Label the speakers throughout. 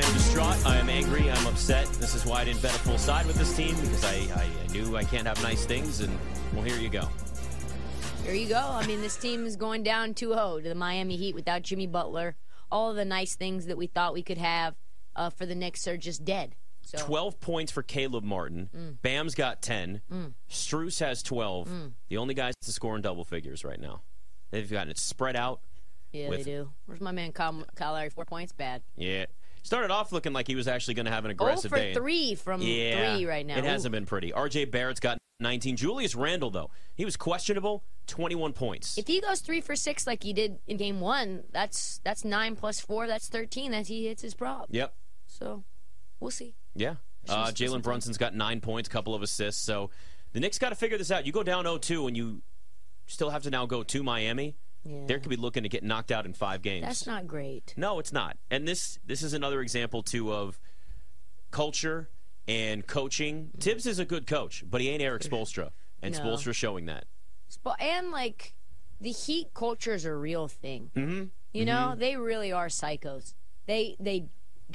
Speaker 1: distraught. I am angry. I'm upset. This is why I didn't bet a full side with this team because I, I, I knew I can't have nice things. And well, here you go.
Speaker 2: There you go. I mean, this team is going down 2 0 to the Miami Heat without Jimmy Butler. All of the nice things that we thought we could have uh, for the Knicks are just dead. So
Speaker 1: 12 points for Caleb Martin.
Speaker 2: Mm.
Speaker 1: Bam's got 10. Mm. Struess has 12. The only guys to score in double figures right now. They've gotten it spread out.
Speaker 2: Yeah,
Speaker 1: with-
Speaker 2: they do. Where's my man Kyle, Kyle Lowry? Four points, bad.
Speaker 1: Yeah. Started off looking like he was actually going to have an
Speaker 2: Oh
Speaker 1: aggressive
Speaker 2: for
Speaker 1: day. and-
Speaker 2: three from
Speaker 1: yeah,
Speaker 2: three right now.
Speaker 1: It
Speaker 2: Ooh.
Speaker 1: hasn't been pretty. RJ Barrett's got 19. Julius Randle, though, he was questionable. 21 points.
Speaker 2: If he goes three for six like he did in game one, that's that's nine plus four, that's thirteen. As he hits his prop,
Speaker 1: yep.
Speaker 2: so we'll see.
Speaker 1: Yeah. Uh,
Speaker 2: just-
Speaker 1: Jalen Brunson's got nine points, couple of assists. So the Knicks got to figure this out. You go down 0-2 and you still have to now go to Miami.
Speaker 2: Yeah.
Speaker 1: They could be looking to get knocked out in five games.
Speaker 2: That's not great.
Speaker 1: No, it's not. And this this is another example too of culture and coaching. Tibbs is a good coach, but he ain't Eric Spolstra, and
Speaker 2: Mm-hmm. No.
Speaker 1: Spolstra's showing that.
Speaker 2: Sp- and like the heat culture is a real thing. Mm-hmm. You know, they really are psychos. They they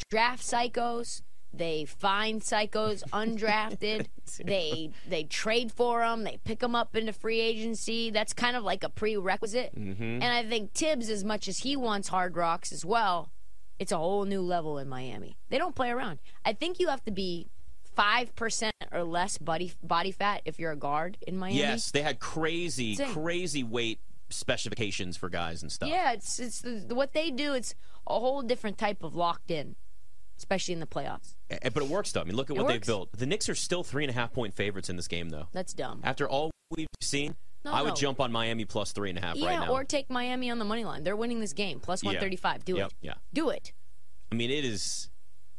Speaker 2: draft psychos. They find psychos undrafted. they they trade for them. They pick them up into free agency. That's kind of like a prerequisite. Mm-hmm. And I think Tibbs, as much as he wants hard rocks as well, it's a whole new level in Miami. They don't play around. I think you have to be five percent or less body body fat if you're a guard in Miami.
Speaker 1: Yes, they had crazy,
Speaker 2: Dang.
Speaker 1: crazy weight specifications for guys and stuff.
Speaker 2: Yeah, it's it's the, what they do. It's a whole different type of locked in, especially in the playoffs.
Speaker 1: Eh, But it works though. I mean, look at what they've
Speaker 2: works.
Speaker 1: built. The Knicks are still three and a half point favorites in this game though.
Speaker 2: That's dumb.
Speaker 1: After all we've seen,
Speaker 2: No,
Speaker 1: I would
Speaker 2: no.
Speaker 1: jump on Miami plus three and a half
Speaker 2: yeah,
Speaker 1: right now.
Speaker 2: or take Miami on the money line. They're winning this game plus
Speaker 1: Yeah.
Speaker 2: 135. Do
Speaker 1: Yep,
Speaker 2: it.
Speaker 1: yeah.
Speaker 2: Do it.
Speaker 1: I mean, it is.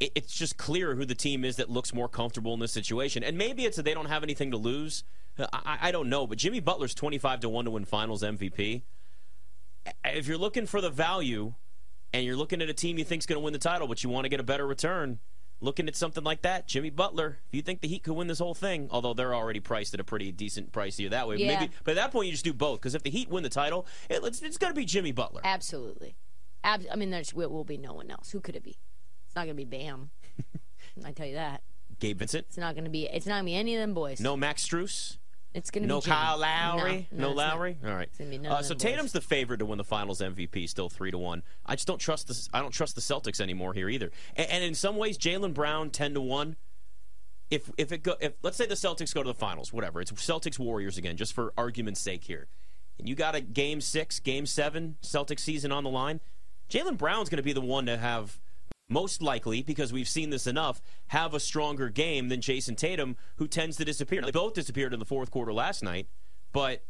Speaker 1: It, it's just clear who the team is that looks more comfortable in this situation, and maybe it's that they don't have anything to lose. I- I, I don't know, but Jimmy Butler's twenty-five to one to win Finals MVP. I- If you're looking for the value, and you're looking at a team you think's going to win the title, but you want to get a better return, looking at something like that, Jimmy Butler. If you think the Heat could win this whole thing, although they're already priced at a pretty decent price here that way,
Speaker 2: Yeah.
Speaker 1: maybe. But at that point, you just do both because if the Heat win the title, it, it's, it's going to be Jimmy Butler.
Speaker 2: Absolutely. Ab- I mean, there's will, will be no one else. Who could it be? It's not gonna be Bam. I tell you that.
Speaker 1: Gabe Vincent,
Speaker 2: It's not gonna be. It's not gonna be any of them boys.
Speaker 1: no Max Struess.
Speaker 2: It's gonna
Speaker 1: No
Speaker 2: be Jimmy.
Speaker 1: Kyle Lowry.
Speaker 2: No,
Speaker 1: No,
Speaker 2: it's not.
Speaker 1: Lowry. All right.
Speaker 2: gonna be none
Speaker 1: Uh,
Speaker 2: of
Speaker 1: so
Speaker 2: them boys.
Speaker 1: Tatum's the favorite to win the Finals MVP, still three to one. I just don't trust the I don't trust the Celtics anymore here either. And, and in some ways, Jalen Brown ten to one. If if it go if let's say the Celtics go to the Finals, whatever. It's Celtics Warriors again, just for argument's sake here. And you got a game six, game seven, Celtics season on the line. Jalen Brown's going to be the one to have most likely, because we've seen this enough, have a stronger game than Jason Tatum, who tends to disappear. Now, They both disappeared in the fourth quarter last night, but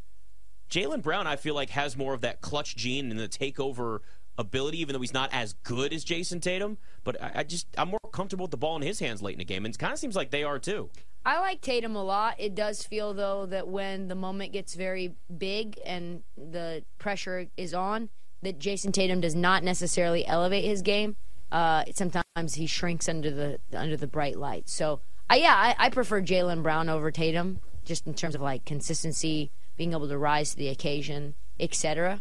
Speaker 1: Jalen Brown, I feel like, has more of that clutch gene and the takeover ability, even though he's not as good as Jason Tatum. But I, I just, I'm more comfortable with the ball in his hands late in the game, and it kind of seems like they are too.
Speaker 2: I like Tatum a lot. It does feel though that when the moment gets very big and the pressure is on, that Jason Tatum does not necessarily elevate his game. Uh, sometimes he shrinks under the under the bright light. So, I yeah, I, I prefer Jalen Brown over Tatum just in terms of like consistency, being able to rise to the occasion, etc.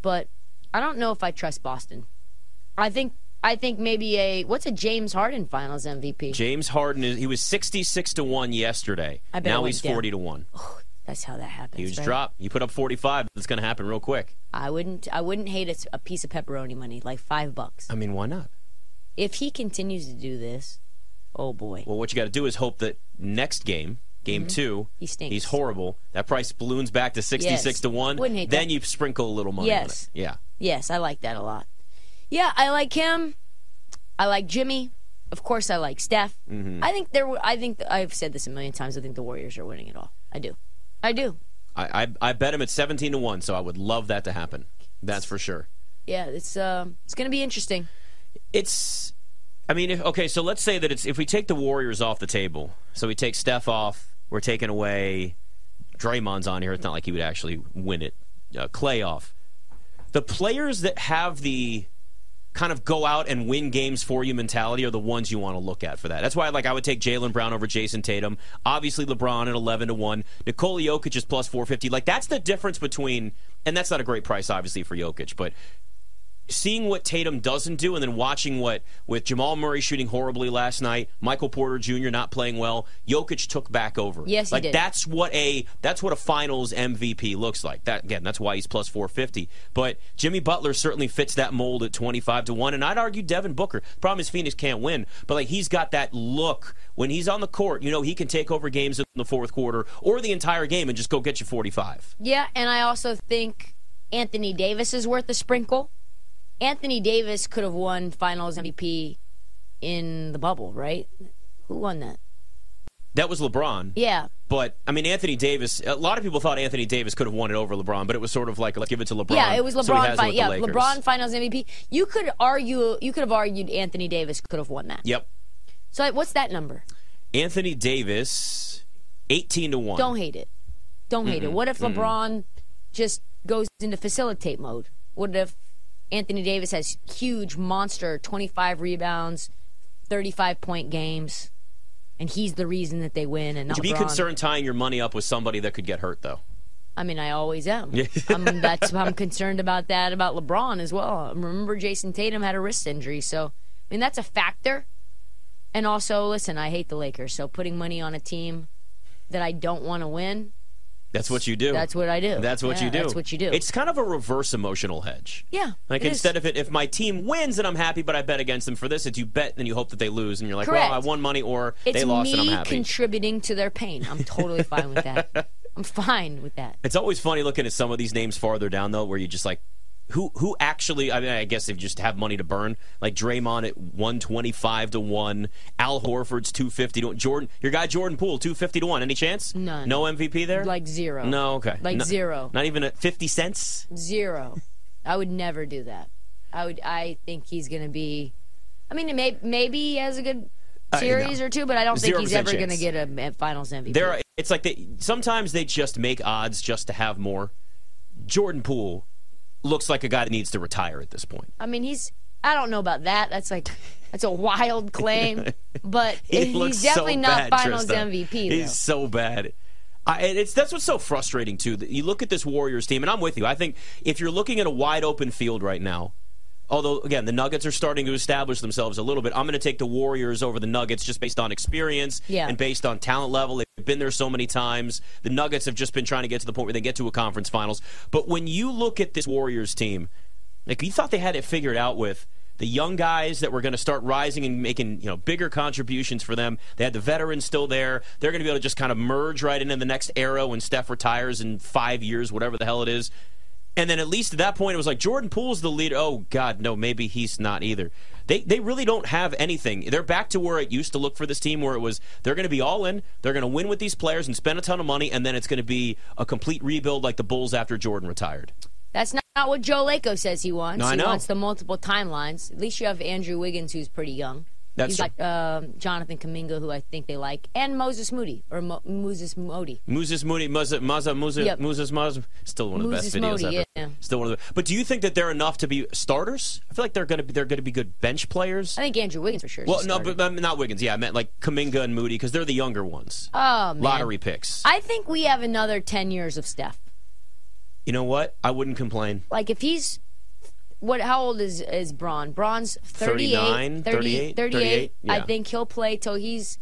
Speaker 2: But I don't know if I trust Boston. I think I think maybe a what's a James Harden Finals MVP.
Speaker 1: James Harden is, he was 66 to one yesterday.
Speaker 2: I bet it
Speaker 1: now
Speaker 2: went
Speaker 1: he's
Speaker 2: down. Oh,
Speaker 1: 40 to one.
Speaker 2: That's how that happens.
Speaker 1: Huge
Speaker 2: right?
Speaker 1: drop. You put up 45, that's going to happen real quick.
Speaker 2: I wouldn't. I wouldn't hate a, s- a piece of pepperoni money, like five bucks.
Speaker 1: I mean, why not?
Speaker 2: If he continues to do this, oh boy,
Speaker 1: Well, what you got to do is hope that next game, game two,
Speaker 2: Mm-hmm. He stinks.
Speaker 1: He's horrible. That price balloons back to 66
Speaker 2: Yes.
Speaker 1: to one.
Speaker 2: Wouldn't hate
Speaker 1: then
Speaker 2: that.
Speaker 1: you sprinkle a little money. on it.
Speaker 2: Yes.
Speaker 1: Yeah.
Speaker 2: yes, I like that a lot. Yeah, I like him. I like Jimmy. Of course, I like Steph. I think there. I think I've said this a million times. I think the Warriors are winning it all. I do. I do.
Speaker 1: I, I I bet him at 17 to 1, so I would love that to happen. That's for sure.
Speaker 2: Yeah, it's um, it's gonna be interesting.
Speaker 1: It's I mean, if, okay, so let's say that it's if we take the Warriors off the table. So we take Steph off, we're taking away Draymond's on here. It's not like he would actually win it. Uh, Clay off. The players that have the kind of go out and win games for you mentality are the ones you want to look at for that. That's why like I would take Jalen Brown over Jason Tatum. Obviously LeBron at eleven to one. Nikola Jokic is plus four fifty. Like that's the difference between and that's not a great price obviously for Jokic, but seeing what Tatum doesn't do and then watching what with Jamal Murray shooting horribly last night, Michael Porter Jr. not playing well, Jokic took back over.
Speaker 2: Yes, he
Speaker 1: like
Speaker 2: did.
Speaker 1: that's what a that's what a finals MVP looks like. That again, that's why he's plus 450. But Jimmy Butler certainly fits that mold at 25 to 1 and I'd argue Devin Booker. Problem is Phoenix can't win, but like he's got that look when he's on the court, you know, he can take over games in the fourth quarter or the entire game and just go get you 45.
Speaker 2: Yeah, and I also think Anthony Davis is worth a sprinkle. Anthony Davis could have won Finals MVP in the bubble, right? Who won that?
Speaker 1: That was LeBron.
Speaker 2: Yeah,
Speaker 1: But I mean, Anthony Davis. A lot of people thought Anthony Davis could have won it over LeBron, but it was sort of like let's give it to LeBron.
Speaker 2: yeah, it was
Speaker 1: so he
Speaker 2: LeBron.
Speaker 1: has
Speaker 2: fi-
Speaker 1: with the
Speaker 2: yeah,
Speaker 1: Lakers.
Speaker 2: LeBron Finals MVP. You could argue, you could have argued Anthony Davis could have won that.
Speaker 1: Yep,
Speaker 2: So like, what's that number?
Speaker 1: Anthony Davis, eighteen to one.
Speaker 2: Don't hate it. Don't hate
Speaker 1: Mm-hmm.
Speaker 2: it. What if LeBron just goes into facilitate mode? What if Anthony Davis has huge monster 25 rebounds, 35 point games, and he's the reason that they win and not
Speaker 1: to be
Speaker 2: LeBron?
Speaker 1: concerned tying your money up with somebody that could get hurt, though.
Speaker 2: I mean, I always am. I'm, that's, I'm concerned about that, about LeBron as well. Remember, Jason Tatum had a wrist injury. So, I mean, that's a factor. And also, listen, I hate the Lakers. So, putting money on a team that I don't want to win,
Speaker 1: That's what you do.
Speaker 2: that's what I do.
Speaker 1: That's what
Speaker 2: Yeah,
Speaker 1: you do.
Speaker 2: That's what you do.
Speaker 1: It's kind of a reverse emotional hedge.
Speaker 2: yeah.
Speaker 1: Like instead of it, if my team wins and I'm happy, but I bet against them for this, it's you bet and you hope that they lose, and you're like,
Speaker 2: Correct.
Speaker 1: well, I won money or
Speaker 2: it's
Speaker 1: they lost
Speaker 2: me
Speaker 1: and I'm happy.
Speaker 2: contributing to their pain. I'm totally fine with that. I'm fine with that.
Speaker 1: It's always funny looking at some of these names farther down though, where you just like, who who actually? I mean, I guess they just have money to burn. Like Draymond at one twenty five to one, Al Horford's two fifty to one, Jordan, your guy Jordan Poole two fifty to one. Any chance?
Speaker 2: None.
Speaker 1: No MVP there.
Speaker 2: Like zero.
Speaker 1: no. Okay.
Speaker 2: Like
Speaker 1: No-
Speaker 2: zero.
Speaker 1: Not even at fifty cents.
Speaker 2: Zero. I would never do that. I would. I think he's going to be. I mean, it may, maybe he has a good
Speaker 1: Uh,
Speaker 2: series or two, but I don't think
Speaker 1: Zero
Speaker 2: he's
Speaker 1: percent
Speaker 2: ever going to
Speaker 1: chance.
Speaker 2: get a m- Finals MVP.
Speaker 1: There, are, it's like they sometimes they just make odds just to have more. Jordan Poole looks like a guy that needs to retire at this point.
Speaker 2: I mean, he's. I don't know about that. That's like. That's a wild claim, but
Speaker 1: He looks
Speaker 2: he's definitely
Speaker 1: so
Speaker 2: not
Speaker 1: bad,
Speaker 2: Finals
Speaker 1: Trista.
Speaker 2: MVP. Though.
Speaker 1: He's so bad. I, and it's that's what's so frustrating too. that You look at this Warriors team, and I'm with you. I think if you're looking at a wide open field right now, although again the Nuggets are starting to establish themselves a little bit, I'm going to take the Warriors over the Nuggets just based on experience
Speaker 2: Yeah.
Speaker 1: and based on talent level. They've been there so many times. The Nuggets have just been trying to get to the point where they get to a conference finals. But when you look at this Warriors team, like you thought they had it figured out with the young guys that were going to start rising and making you know bigger contributions for them. They had the veterans still there. They're going to be able to just kind of merge right into the next era when Steph retires in five years, whatever the hell it is. And then at least at that point, it was like Jordan Poole's the leader. Oh God, no, maybe he's not either. They they really don't have anything. They're back to where it used to look for this team, where it was they're going to be all in. They're going to win with these players and spend a ton of money, and then it's going to be a complete rebuild like the Bulls after Jordan retired.
Speaker 2: That's not, not what Joe Lako says he wants.
Speaker 1: No, I
Speaker 2: he
Speaker 1: know.
Speaker 2: wants the multiple timelines. At least you have Andrew Wiggins, who's pretty young.
Speaker 1: That's
Speaker 2: He's
Speaker 1: true.
Speaker 2: like um Jonathan Kaminga, who I think they like, and Moses Moody or Mo- Moses Modi.
Speaker 1: Moses Moody, Muzza, Muzza, Muzza,
Speaker 2: Yep.
Speaker 1: Muzza's Muzza. Still one of the
Speaker 2: Moses
Speaker 1: best videos
Speaker 2: Modi,
Speaker 1: ever.
Speaker 2: yeah.
Speaker 1: Still one of the. But do you think that they're enough to be starters? I feel like they're gonna be they're gonna be good bench players.
Speaker 2: I think Andrew Wiggins for sure. is
Speaker 1: Well,
Speaker 2: a
Speaker 1: no,
Speaker 2: starter.
Speaker 1: but um, not Wiggins. Yeah, I meant like Kaminga and Moody because they're the younger ones.
Speaker 2: oh man,
Speaker 1: Lottery picks.
Speaker 2: I think we have another ten years of Steph.
Speaker 1: you know what? I wouldn't complain.
Speaker 2: Like if he's what? How old is is Braun? Braun's 38,
Speaker 1: 39,
Speaker 2: 38,
Speaker 1: 38,
Speaker 2: 38. I
Speaker 1: yeah. Mm-hmm.
Speaker 2: think he'll play till he's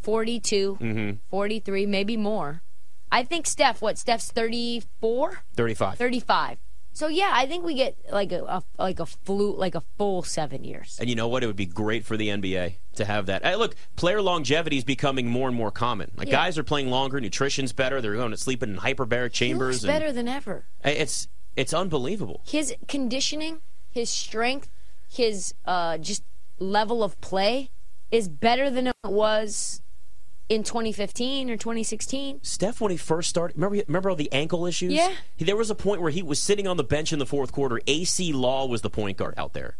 Speaker 2: 42, 43, maybe more. I think Steph. What? Steph's thirty four.
Speaker 1: Thirty-five.
Speaker 2: 35. So yeah, I think we get like a, a like a flu like a full seven years.
Speaker 1: And you know what? It would be great for the NBA to have that. Hey, look, player longevity is becoming more and more common. Like
Speaker 2: Yeah.
Speaker 1: guys are playing longer, nutrition's better. They're going to sleeping in hyperbaric
Speaker 2: He
Speaker 1: chambers.
Speaker 2: looks
Speaker 1: and-
Speaker 2: better than ever.
Speaker 1: It's it's unbelievable.
Speaker 2: His conditioning, his strength, his uh, just level of play is better than it was in 2015 or 2016.
Speaker 1: Steph, when he first started, remember remember all the ankle issues?
Speaker 2: Yeah.
Speaker 1: He- There was a point where he was sitting on the bench in the fourth quarter. AC Law was the point guard out there.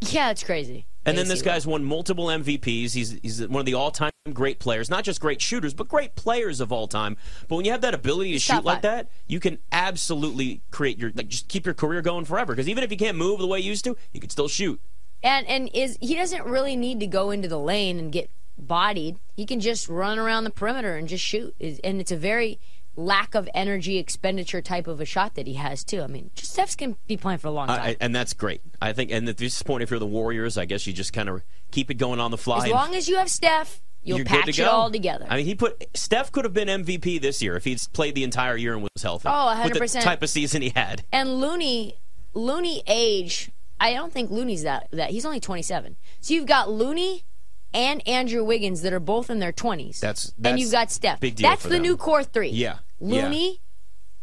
Speaker 2: Yeah, it's crazy.
Speaker 1: And then
Speaker 2: Crazy.
Speaker 1: this guy's won multiple MVPs. He's he's one of the all-time great players, not just great shooters, but great players of all time. But when you have that ability to
Speaker 2: top
Speaker 1: shoot like
Speaker 2: five.
Speaker 1: that, you can absolutely create your like just keep your career going forever because even if you can't move the way you used to, you can still shoot.
Speaker 2: and and is he doesn't really need to go into the lane and get bodied. He can just run around the perimeter and just shoot. Is- And it's a very lack of energy expenditure type of a shot that he has too. I mean, just Steph's can be playing for a long time.
Speaker 1: I, I- and that's great. I think, and at this point, if you're the Warriors, I guess you just kind of keep it going on the fly.
Speaker 2: as
Speaker 1: and
Speaker 2: long as you have Steph, you'll
Speaker 1: you're good
Speaker 2: patch
Speaker 1: to
Speaker 2: it
Speaker 1: go.
Speaker 2: all together.
Speaker 1: I mean, he put Steph could have been MVP this year if he'd played the entire year and was healthy.
Speaker 2: Oh,
Speaker 1: With the
Speaker 2: 100%.
Speaker 1: type of season he had.
Speaker 2: and Looney, Looney age. I don't think Looney's that that. He's only 27. So you've got Looney and Andrew Wiggins that are both in their 20s.
Speaker 1: That's-
Speaker 2: and
Speaker 1: that's
Speaker 2: you've got Steph.
Speaker 1: big deal
Speaker 2: that's
Speaker 1: for
Speaker 2: the
Speaker 1: them.
Speaker 2: new core three.
Speaker 1: Yeah, yeah. Mm-hmm.
Speaker 2: Looney,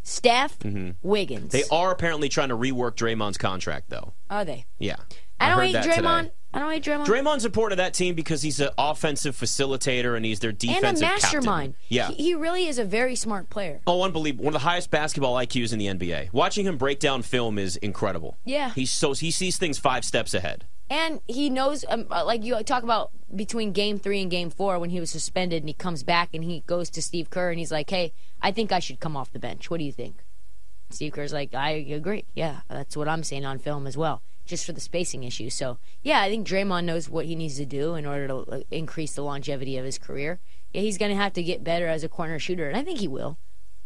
Speaker 2: Steph, Wiggins.
Speaker 1: They are apparently trying to rework Draymond's contract, though.
Speaker 2: Are they?
Speaker 1: Yeah,
Speaker 2: I don't
Speaker 1: heard
Speaker 2: hate
Speaker 1: that
Speaker 2: Draymond.
Speaker 1: today.
Speaker 2: I don't hate Draymond.
Speaker 1: Draymond's important to that team because he's an offensive facilitator and he's their defensive
Speaker 2: and a
Speaker 1: captain.
Speaker 2: mastermind.
Speaker 1: Yeah.
Speaker 2: He, he really is a very smart player.
Speaker 1: Oh, unbelievable! One of the highest basketball IQs in the NBA. Watching him break down film is incredible.
Speaker 2: Yeah.
Speaker 1: he's so he sees things five steps ahead.
Speaker 2: And he knows, um, uh, like you talk about between game three and game four when he was suspended and he comes back and he goes to Steve Kerr and he's like, hey, I think I should come off the bench. What do you think? Steve Kerr's like, I agree. Yeah, that's what I'm saying on film as well, just for the spacing issue. So, yeah, I think Draymond knows what he needs to do in order to uh, increase the longevity of his career. Yeah, he's going to have to get better as a corner shooter, and I think he will.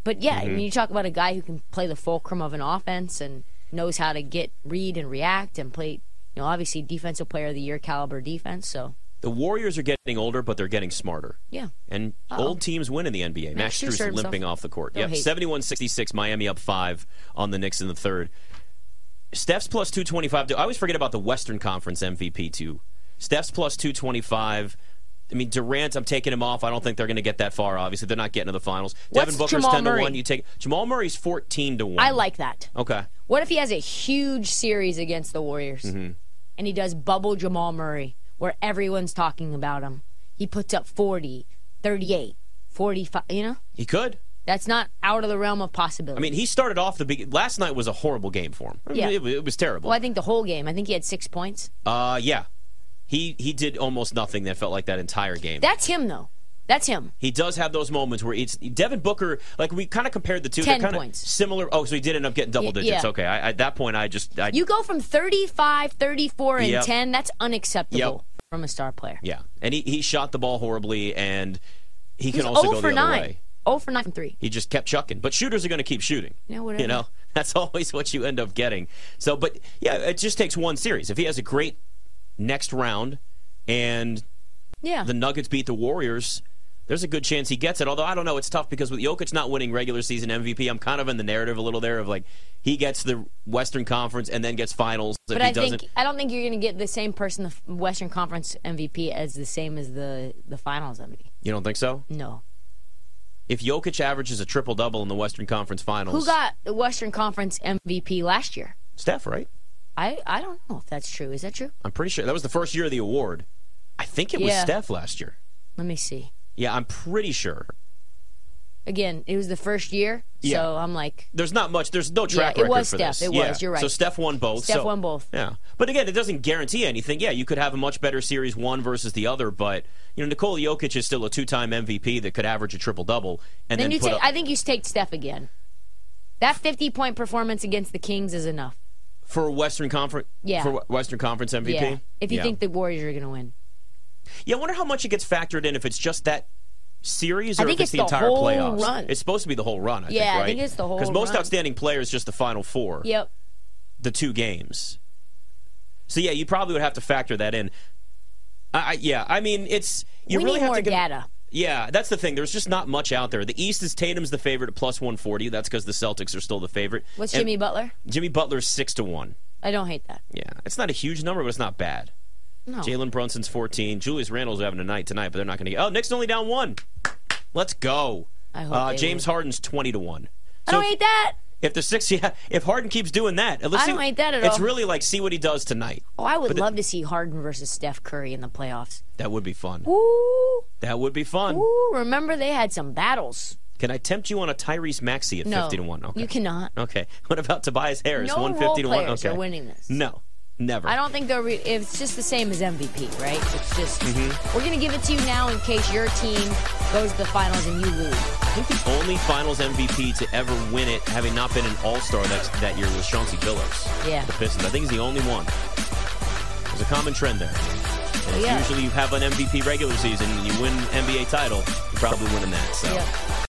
Speaker 2: But yeah, I mean, you talk about a guy who can play the fulcrum of an offense and knows how to get read and react and play, you know, obviously defensive player of the year caliber defense. So
Speaker 1: The Warriors are getting older, but they're getting smarter.
Speaker 2: yeah,
Speaker 1: And old teams win in the NBA. Max,
Speaker 2: Max Strus
Speaker 1: Strus
Speaker 2: hurt
Speaker 1: limping off the court.
Speaker 2: No
Speaker 1: yep,
Speaker 2: hate.
Speaker 1: 71-66, Miami up five on the Knicks in the third. Steph's plus 225. I always forget about the Western Conference MVP, too. Steph's plus 225. I mean, Durant, I'm taking him off. I don't think they're going to get that far, obviously. They're not getting to the finals.
Speaker 2: What's
Speaker 1: Devin Booker's
Speaker 2: Jamal
Speaker 1: 10
Speaker 2: Murray?
Speaker 1: 1. You take Jamal Murray's 14 to 1.
Speaker 2: I like that.
Speaker 1: Okay.
Speaker 2: What if he has a huge series against the Warriors
Speaker 1: Mm-hmm.
Speaker 2: and he does bubble Jamal Murray where everyone's talking about him? He puts up 40, 38, 45, you know?
Speaker 1: He could.
Speaker 2: That's not out of the realm of
Speaker 1: I
Speaker 2: possibility.
Speaker 1: mean, he started off the big. Last night was a horrible game for him. I mean,
Speaker 2: Yeah.
Speaker 1: it, it was terrible.
Speaker 2: well, I think the whole game. I think he had six points.
Speaker 1: Uh, yeah. He he did almost nothing that felt like that entire game.
Speaker 2: That's him, though. That's him.
Speaker 1: He does have those moments where it's Devin Booker. Like we kind of compared the two. They're
Speaker 2: 10
Speaker 1: kinda
Speaker 2: points.
Speaker 1: Similar. Oh, so he did end up getting double
Speaker 2: Y-
Speaker 1: digits.
Speaker 2: yeah.
Speaker 1: Okay. I, at that point, I just. I,
Speaker 2: You go from 35, 34, and
Speaker 1: Yep.
Speaker 2: 10. That's unacceptable
Speaker 1: Yep.
Speaker 2: from a star player.
Speaker 1: yeah. And he, he shot the ball horribly, and he
Speaker 2: He
Speaker 1: can
Speaker 2: was
Speaker 1: also
Speaker 2: 0
Speaker 1: go
Speaker 2: for
Speaker 1: the
Speaker 2: 9.
Speaker 1: other way.
Speaker 2: 0 for 9 from 3.
Speaker 1: He just kept chucking. But shooters are going to keep shooting.
Speaker 2: Yeah, whatever.
Speaker 1: You know, that's always what you end up getting. So, but yeah, it just takes one series. If he has a great next round, and
Speaker 2: Yeah.
Speaker 1: the Nuggets beat the Warriors, there's a good chance he gets it. Although I don't know, it's tough because with Jokic not winning regular season MVP, I'm kind of in the narrative a little there of like he gets the Western Conference and then gets finals. If
Speaker 2: But
Speaker 1: he
Speaker 2: I
Speaker 1: doesn't,
Speaker 2: think I don't think you're going to get the same person the f- Western Conference MVP as the same as the the Finals MVP.
Speaker 1: you don't think so?
Speaker 2: No.
Speaker 1: If Jokic averages a triple double in the Western Conference Finals,
Speaker 2: Who got the Western Conference MVP last year?
Speaker 1: Steph? Right?
Speaker 2: I I don't know if that's true. Is that true?
Speaker 1: I'm pretty sure that was the first year of the award. I think it was
Speaker 2: Yeah.
Speaker 1: Steph last year.
Speaker 2: Let me see.
Speaker 1: Yeah, I'm pretty sure.
Speaker 2: Again, it was the first year,
Speaker 1: Yeah.
Speaker 2: so I'm like
Speaker 1: There's not much. There's no track
Speaker 2: it
Speaker 1: record
Speaker 2: was
Speaker 1: for
Speaker 2: Steph.
Speaker 1: this.
Speaker 2: It
Speaker 1: Yeah.
Speaker 2: was. You're right.
Speaker 1: So Steph won both.
Speaker 2: Steph
Speaker 1: so-
Speaker 2: won both.
Speaker 1: Yeah, but again, it doesn't guarantee anything. Yeah, you could have a much better series one versus the other, but you know Nikola Jokic is still a two-time MVP that could average a triple double, and
Speaker 2: Then,
Speaker 1: then,
Speaker 2: you
Speaker 1: put
Speaker 2: take.
Speaker 1: up
Speaker 2: I think you take Steph again. That 50 point performance against the Kings is enough.
Speaker 1: for a Western Conference.
Speaker 2: Yeah.
Speaker 1: for Western Conference MVP.
Speaker 2: Yeah. If you
Speaker 1: Yeah.
Speaker 2: think the Warriors are going to win,
Speaker 1: yeah, I wonder how much it gets factored in if it's just that series
Speaker 2: I
Speaker 1: or
Speaker 2: think
Speaker 1: if it's
Speaker 2: it's
Speaker 1: the,
Speaker 2: the
Speaker 1: entire
Speaker 2: whole
Speaker 1: playoffs.
Speaker 2: run.
Speaker 1: It's supposed to be the whole run. I
Speaker 2: Yeah, I
Speaker 1: think, right?
Speaker 2: think it's the whole
Speaker 1: because most
Speaker 2: run.
Speaker 1: outstanding player is just the final four.
Speaker 2: yep.
Speaker 1: the two games. So yeah, you probably would have to factor that in. I, I yeah, I mean it's you
Speaker 2: we
Speaker 1: really
Speaker 2: need
Speaker 1: have
Speaker 2: more
Speaker 1: to con-
Speaker 2: data.
Speaker 1: Yeah, that's the thing. There's just not much out there. The East is Tatum's the favorite at plus 140. That's because the Celtics are still the favorite.
Speaker 2: What's
Speaker 1: And
Speaker 2: Jimmy Butler?
Speaker 1: Jimmy Butler's six to one.
Speaker 2: I don't hate that.
Speaker 1: Yeah, it's not a huge number, but it's not bad.
Speaker 2: No.
Speaker 1: Jalen Brunson's 14. Julius Randle's having a night tonight, but they're not going to get. Oh, Nick's only down one. Let's go.
Speaker 2: I hope
Speaker 1: Uh,
Speaker 2: they
Speaker 1: James
Speaker 2: win.
Speaker 1: Harden's 20 to one.
Speaker 2: I
Speaker 1: So
Speaker 2: don't hate that.
Speaker 1: if the six, yeah, if Harden keeps doing that, and let's
Speaker 2: I
Speaker 1: see-
Speaker 2: don't hate that at
Speaker 1: It's
Speaker 2: all.
Speaker 1: really like see what he does tonight.
Speaker 2: Oh, I would love to see Harden versus Steph Curry in the playoffs.
Speaker 1: That would be fun.
Speaker 2: Ooh,
Speaker 1: That would be fun.
Speaker 2: ooh, remember they had some battles.
Speaker 1: Can I tempt you on a Tyrese Maxey at
Speaker 2: No,
Speaker 1: 50 to 1? Okay.
Speaker 2: you cannot.
Speaker 1: Okay. What about Tobias Harris?
Speaker 2: No
Speaker 1: 150 to
Speaker 2: role
Speaker 1: 1.
Speaker 2: players
Speaker 1: Okay.
Speaker 2: are winning this.
Speaker 1: No. Never.
Speaker 2: I don't think they're. Re- it's just the same as MVP, right? It's just
Speaker 1: Mm-hmm.
Speaker 2: we're gonna give it to you now in case your team goes to the finals and you lose.
Speaker 1: I think the only finals MVP to ever win it, having not been an all star that, that year, was Chauncey Billups.
Speaker 2: Yeah.
Speaker 1: The Pistons. I think he's the only one. There's a common trend there. And it's
Speaker 2: Yeah.
Speaker 1: Usually you have an MVP regular season and you win an NBA title, you're probably winning that. So.
Speaker 2: Yeah.